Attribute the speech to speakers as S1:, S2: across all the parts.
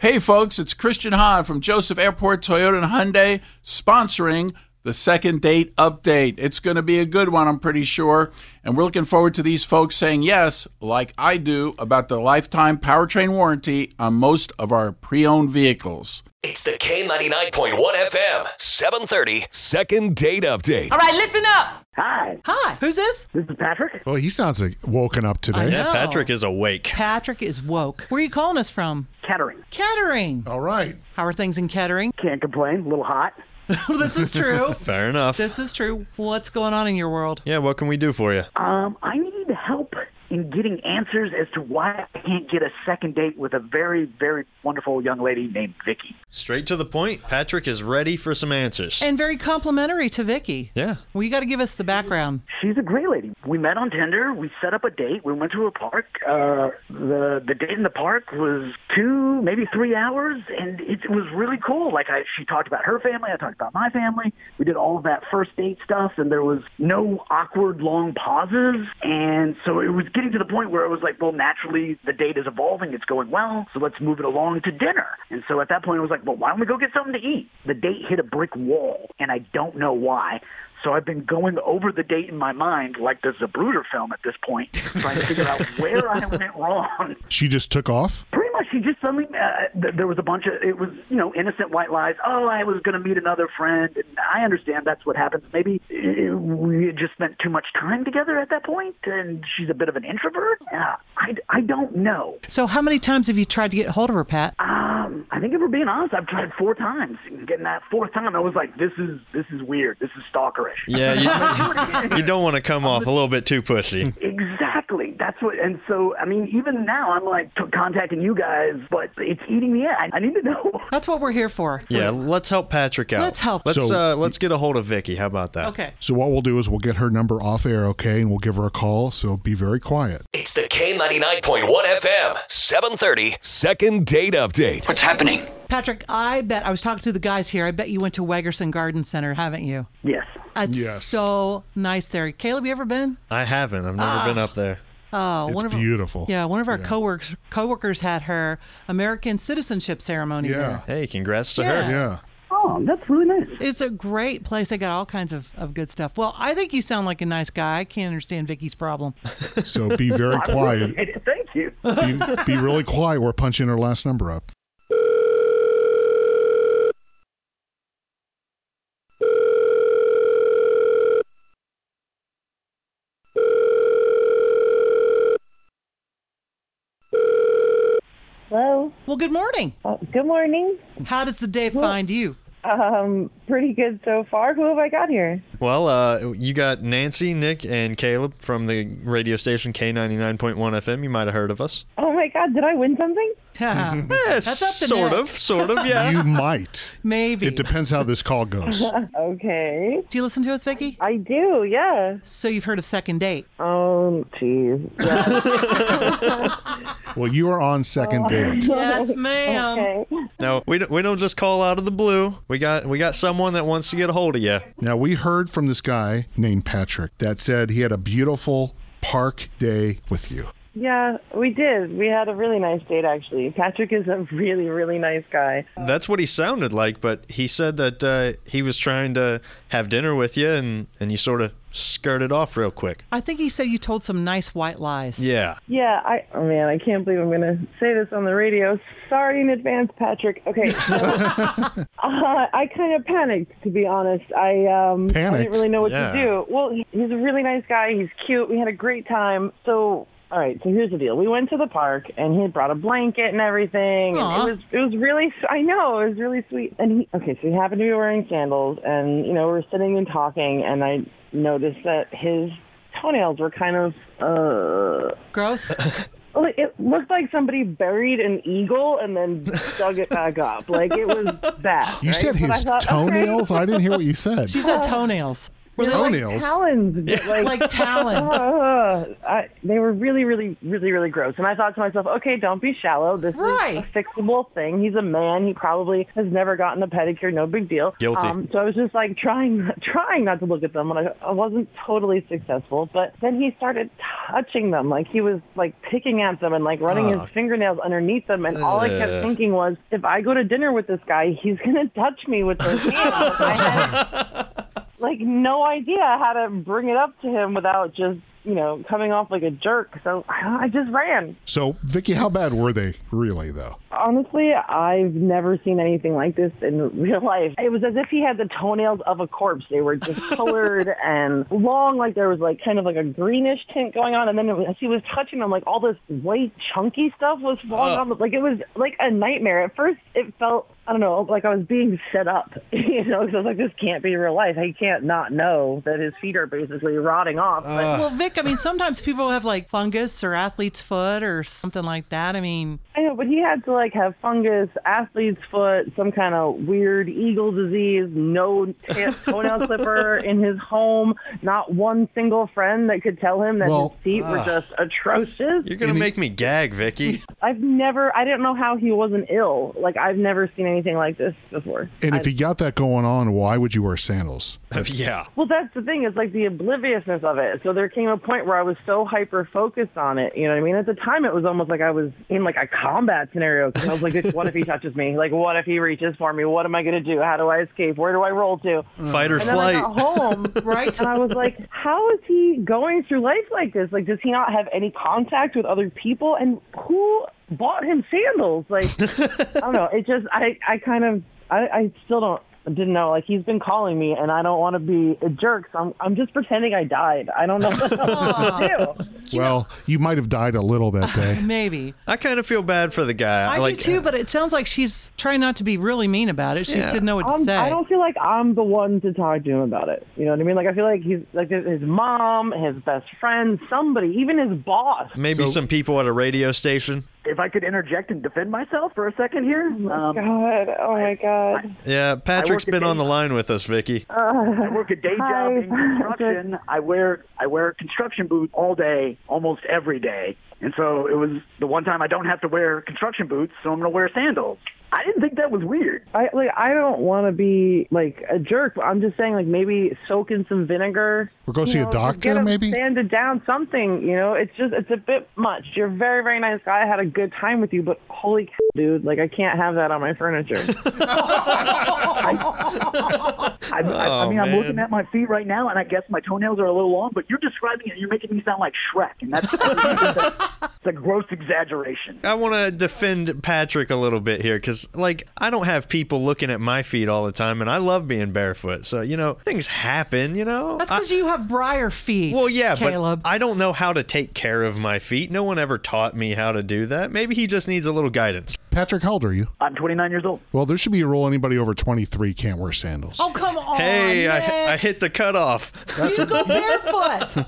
S1: Hey, folks, it's Christian Hahn from Joseph Airport Toyota and Hyundai sponsoring the second date update. It's going to be a good one, I'm pretty sure. And we're looking forward to these folks saying yes, like I do, about the lifetime powertrain warranty on most of our pre owned vehicles.
S2: It's the K99.1 FM, 730.
S3: Second date update.
S4: All right, listen up.
S5: Hi,
S4: Hi, who's this?
S5: this is Patrick.
S6: Well, he sounds like woken up
S4: I
S6: today.
S4: know.
S7: Yeah, Patrick is awake.
S4: Patrick is woke. Where are you calling us from?
S5: Kettering.
S4: Kettering.
S6: All right.
S4: How are things in Kettering?
S5: Can't complain. A little hot.
S4: Well, this is true.
S7: Fair enough.
S4: this is true. What's going on in your world?
S7: yeah, what can we do for you?
S5: Um, I need help in getting answers as to why I can't get a second date with a very, very wonderful young lady named Vicky.
S7: Straight to the point. Patrick is ready for some answers.
S4: And very complimentary to Vicky.
S7: Yeah.
S4: Well, you got to give us the background.
S5: She's a great lady. We met on Tinder. We set up a date. We went to a park. Uh, the the date in the park was two, maybe three hours, and it was really cool. Like I, she talked about her family. I talked about my family. We did all of that first date stuff, and there was no awkward long pauses. And so it was getting to the point where it was like, well, naturally the date is evolving. It's going well, so let's move it along to dinner. And so at that point, I was like, well, why don't we go get something to eat? The date hit a brick wall, and I don't know why. So I've been going over the date in my mind, like the Zabruder film at this point, trying to figure out where I went wrong.
S6: She just took off.
S5: Pretty much, she just suddenly, uh, th- there was a bunch of, it was, you know, innocent white lies. Oh, I was going to meet another friend. And I understand that's what happens. Maybe uh, we had just spent too much time together at that point, and she's a bit of an introvert. Uh, I, I don't know.
S4: So, how many times have you tried to get hold of her, Pat?
S5: Um, I think if we're being honest, I've tried four times. And getting that fourth time, I was like, this is, this is weird. This is stalkerish.
S7: Yeah, you, you don't want to come off a little bit too pushy.
S5: Exactly. That's what. And so, I mean, even now, I'm like t- contacting you guys, but it's eating me. I, I need to know.
S4: That's what we're here for.
S7: Yeah, let's help Patrick out.
S4: Let's help.
S7: Let's
S6: So-
S7: uh, let's get a hold of Vicky. How about that?
S4: Okay.
S6: So what we'll do is we'll get her number off air, okay, and we'll give her a call. So be very quiet.
S2: It's the K99.1 FM, 730.
S3: Second date update.
S8: What's happening?
S4: Patrick, I bet I was talking to the guys here. I bet you went to Wegerson Garden Center, haven't you?
S5: Yes.
S4: It's
S6: Yes.
S4: so nice there. Caleb, you ever been?
S7: I haven't. I've never
S4: Ah.
S7: been up there.
S4: Oh,
S6: It's
S4: one of
S6: beautiful.
S4: yeah, one of our coworkers coworkers had her American citizenship ceremony
S6: Yeah.
S4: there.
S7: Hey, congrats to
S4: Yeah.
S7: her.
S6: Yeah.
S5: Oh, that's really nice.
S4: It's a great place. They got all kinds of, of good stuff. Well, I think you sound like a nice guy. I can't understand Vicky's problem.
S6: So be very quiet.
S5: Thank you.
S6: Be, be really quiet. We're punching her last number up.
S9: Hello.
S4: Well, good morning.
S9: Uh, good morning.
S4: How does the day find you?
S9: Um, pretty good so far. Who have I got here?
S7: Well, uh, you got Nancy, Nick, and Caleb from the radio station K99.1 FM. You might have heard of us.
S9: Oh my God, did I win something?
S4: Yeah,
S7: Yeah,
S4: That's up to
S7: sort
S4: Nick.
S7: of, sort of, yeah.
S6: You might.
S4: Maybe.
S6: It depends how this call goes.
S9: Okay.
S4: Do you listen to us, Vicky?
S9: I do, yeah.
S4: So you've heard of second date.
S9: Oh, jeez.
S6: Well, you are on second date.
S4: Yes, ma'am.
S9: Okay.
S7: No, we don't, we don't just call out of the blue. We got we got someone that wants to get a hold of you.
S6: Now, we heard from this guy named Patrick that said he had a beautiful park day with you.
S9: Yeah, we did. We had a really nice date, actually. Patrick is a really, really nice guy.
S7: That's what he sounded like, but he said that uh, he was trying to have dinner with you, and and you sort of skirted off real quick.
S4: I think he said you told some nice white lies.
S7: Yeah.
S9: Yeah, I, oh man, I can't believe I'm going to say this on the radio. Sorry in advance, Patrick. Okay. So, uh, I kind of panicked, to be honest. I, um, I
S6: Panicked?
S9: didn't really know what
S7: Yeah.
S9: to do. Well, he- he's a really nice guy. He's cute. We had a great time. So, all right, so here's the deal. We went to the park and he had brought a blanket and everything.
S4: Aw.
S9: And it was it was really I know, it was really sweet. And he okay, so he happened to be wearing sandals and you know, we were sitting and talking and I noticed that his toenails were kind of uh
S4: Gross.
S9: well, It looked like somebody buried an eagle and then dug it back up. Like it was bad.
S6: You
S9: right?
S6: said
S9: But I
S6: his
S9: thought, okay.
S6: toenails? I didn't hear what you said.
S4: She said toenails. Were they like,
S6: Toenails.
S9: Talons, but like,
S4: like talons?
S9: Ugh. I, they were really, really, really, really gross. And I thought to myself, okay, don't be shallow. This
S4: Right.
S9: is a fixable thing. He's a man. He probably has never gotten a pedicure. No big deal. Um,
S7: Guilty.
S9: so I was just like trying, trying not to look at them. And I, I wasn't totally successful. But then he started touching them, like he was like picking at them and like running
S7: Ah.
S9: his fingernails underneath them. And all I
S7: Ugh.
S9: kept thinking was, if I go to dinner with this guy, he's gonna touch me with those hands. I had like no idea how to bring it up to him without just you know coming off like a jerk. So I just ran.
S6: So, Vicky, how bad were they really, though?
S9: Honestly, I've never seen anything like this in real life. It was as if he had the toenails of a corpse. They were just colored and long, like there was like kind of like a greenish tint going on. And then it was, as he was touching them, like all this white chunky stuff was falling on. Like it was like a nightmare. At first, it felt I don't know, like I was being set up. You know, 'cause I was like, this can't be real life. He can't not know that his feet are basically rotting off. But
S4: Well, Vic, I mean, sometimes people have like fungus or athlete's foot or something like that. I mean,
S9: I know, but he had to like have fungus, athlete's foot, some kind of weird eagle disease, no t- toenail clipper in his home, not one single friend that could tell him that
S6: Well,
S9: his feet were just atrocious.
S7: You're gonna
S6: Any-
S7: make me gag, Vicky.
S9: I've never, I don't know how he wasn't ill. Like I've never seen anything like this before.
S6: And if you got that going on, why would you wear sandals? That's-
S7: yeah.
S9: Well, that's the thing. It's like the obliviousness of it. So there came a point where I was so hyper focused on it. You know what I mean? At the time, it was almost like I was in like a combat scenario. 'cause I was like, what if he touches me? Like, what if he reaches for me? What am I going to do? How do I escape? Where do I roll to?
S7: Fight or
S9: And then I
S7: flight.
S9: got home,
S4: Right.
S9: And I was like, how is he going through life like this? Like, does he not have any contact with other people? And who bought him sandals? Like, I don't know. It just, I, I kind of, I, I still don't, didn't know. Like, he's been calling me, and I don't want to be a jerk, so I'm, I'm just pretending I died. I don't know what else to do.
S6: Well, you might have died a little that day.
S4: maybe.
S7: I kind of feel bad for the guy.
S4: I
S7: like, uh,
S4: do too, but it sounds like she's trying not to be really mean about it. She just
S7: Yeah.
S4: didn't know what to
S9: I'm,
S4: say.
S9: I don't feel like I'm the one to talk to him about it. You know what I mean? Like, I feel like he's like his mom, his best friend, somebody, even his boss.
S7: Maybe
S6: So-
S7: some people at a radio station.
S5: If I could interject and defend myself for a second here, um,
S9: God, oh my God.
S7: Yeah, Patrick's
S5: at
S7: been on
S5: Dave-
S7: the line with us, Vicky.
S5: I work a day job
S9: Hi.
S5: in construction. I wear I wear construction boots all day, almost every day. And so it was the one time I don't have to wear construction boots, so I'm going to wear sandals. I didn't think that was weird.
S9: I like I don't want to be like a jerk. but I'm just saying like maybe soak in some vinegar
S6: Or go
S9: you
S6: see a
S9: know,
S6: doctor,
S9: get him
S6: maybe?
S9: sanded down something. You know, it's just it's a bit much. You're a very very nice guy. I had a good time with you, but holy cow, dude, like I can't have that on my furniture.
S5: I, I, I mean, I'm
S7: man.
S5: looking at my feet right now, and I guess my toenails are a little long. But you're describing it, you're making me sound like Shrek, and that's it's a gross exaggeration.
S7: I want to defend Patrick a little bit here because, like, I don't have people looking at my feet all the time, and I love being barefoot. So, you know, things happen, you know?
S4: That's
S7: I-
S4: because you have briar feet.
S7: well, yeah,
S4: Caleb.
S7: but I don't know how to take care of my feet. No one ever taught me how to do that. Maybe he just needs a little guidance.
S6: Patrick, how old are you?
S5: I'm 29 years old.
S6: Well, there should be a rule anybody over 23 can't wear sandals.
S4: oh come on!
S7: hey,
S4: Nick.
S7: I, I hit the cutoff.
S4: you go barefoot.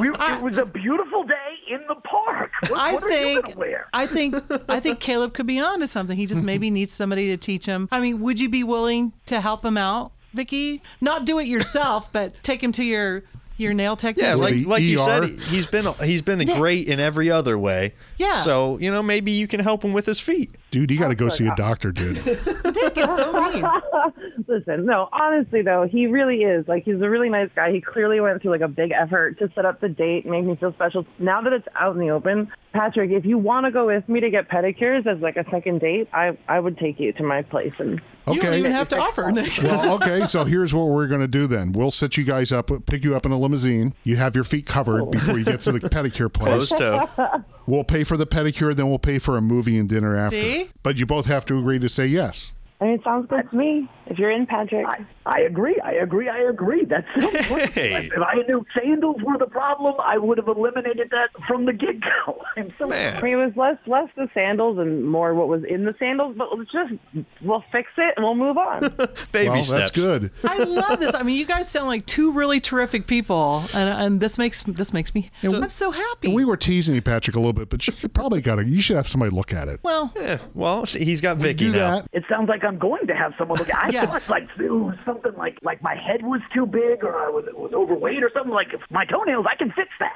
S5: We, it was a beautiful day in the park. What,
S4: I
S5: what are you
S4: think
S5: gonna wear?
S4: I think I think Caleb could be onto something. He just maybe needs somebody to teach him. I mean, would you be willing to help him out, Vicky? Not do it yourself, but take him to your your nail
S7: Yeah,
S4: technician.
S7: like
S6: the
S7: like you said,
S6: ER.
S7: he's been he's been great in every other way.
S4: Yeah.
S7: So you know maybe you can help him with his feet.
S6: Dude, you got to go see a doctor, dude.
S4: It's so mean.
S9: Listen, no, honestly though, he really is. Like he's a really nice guy. He clearly went through like a big effort to set up the date and make me feel special. Now that it's out in the open, Patrick, if you want to go with me to get pedicures as like a second date, I I would take you to my place and
S4: You don't even
S6: Okay.
S4: have to offer. Nick.
S6: Well, okay, so here's what we're going to do then. We'll set you guys up, pick you up in a limousine. You have your feet
S9: Oh.
S6: covered before you get to the pedicure place.
S7: Close toe.
S6: We'll pay for the pedicure, then we'll pay for a movie and dinner after.
S4: See?
S6: But you both have to agree to say yes.
S9: I mean, it sounds good to me. If you're in, Patrick.
S5: I, I agree. I agree. I agree. That's
S7: Hey.
S5: if I knew sandals were the problem, I would have eliminated that from the get go. I'm so
S9: I mean, it was less less the sandals and more what was in the sandals, but let's just we'll fix it and we'll move on.
S7: Baby
S6: well,
S7: steps.
S6: that's good.
S4: I love this. I mean, you guys sound like two really terrific people, and, and this makes this makes me. I'm so happy.
S6: We were teasing you, Patrick, a little bit, but you could probably got to. You should have somebody look at it.
S4: well,
S7: Yeah, well, sh- he's got Vicky
S6: do
S7: now.
S6: that.
S5: It sounds like I'm going to have someone look. I
S4: Yes.
S5: thought like it was something like like my head was too big or I was was overweight or something. Like if my toenails, I can fix that.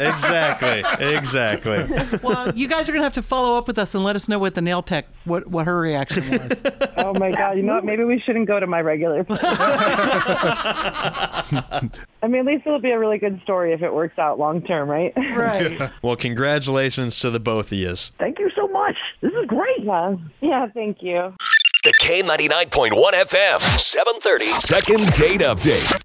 S7: Exactly. Exactly.
S4: Well, you guys are gonna have to follow up with us and let us know what the nail tech what what her reaction was.
S9: Oh my God! You know what? Maybe we shouldn't go to my regular. place. I mean, at least it'll be a really good story if it works out long term, right?
S4: right.
S7: Well, congratulations to the both of yous.
S5: Thank you so much. This is great.
S9: Yeah. Yeah. Thank you.
S2: The K99.1 FM, 730.
S3: Second date update.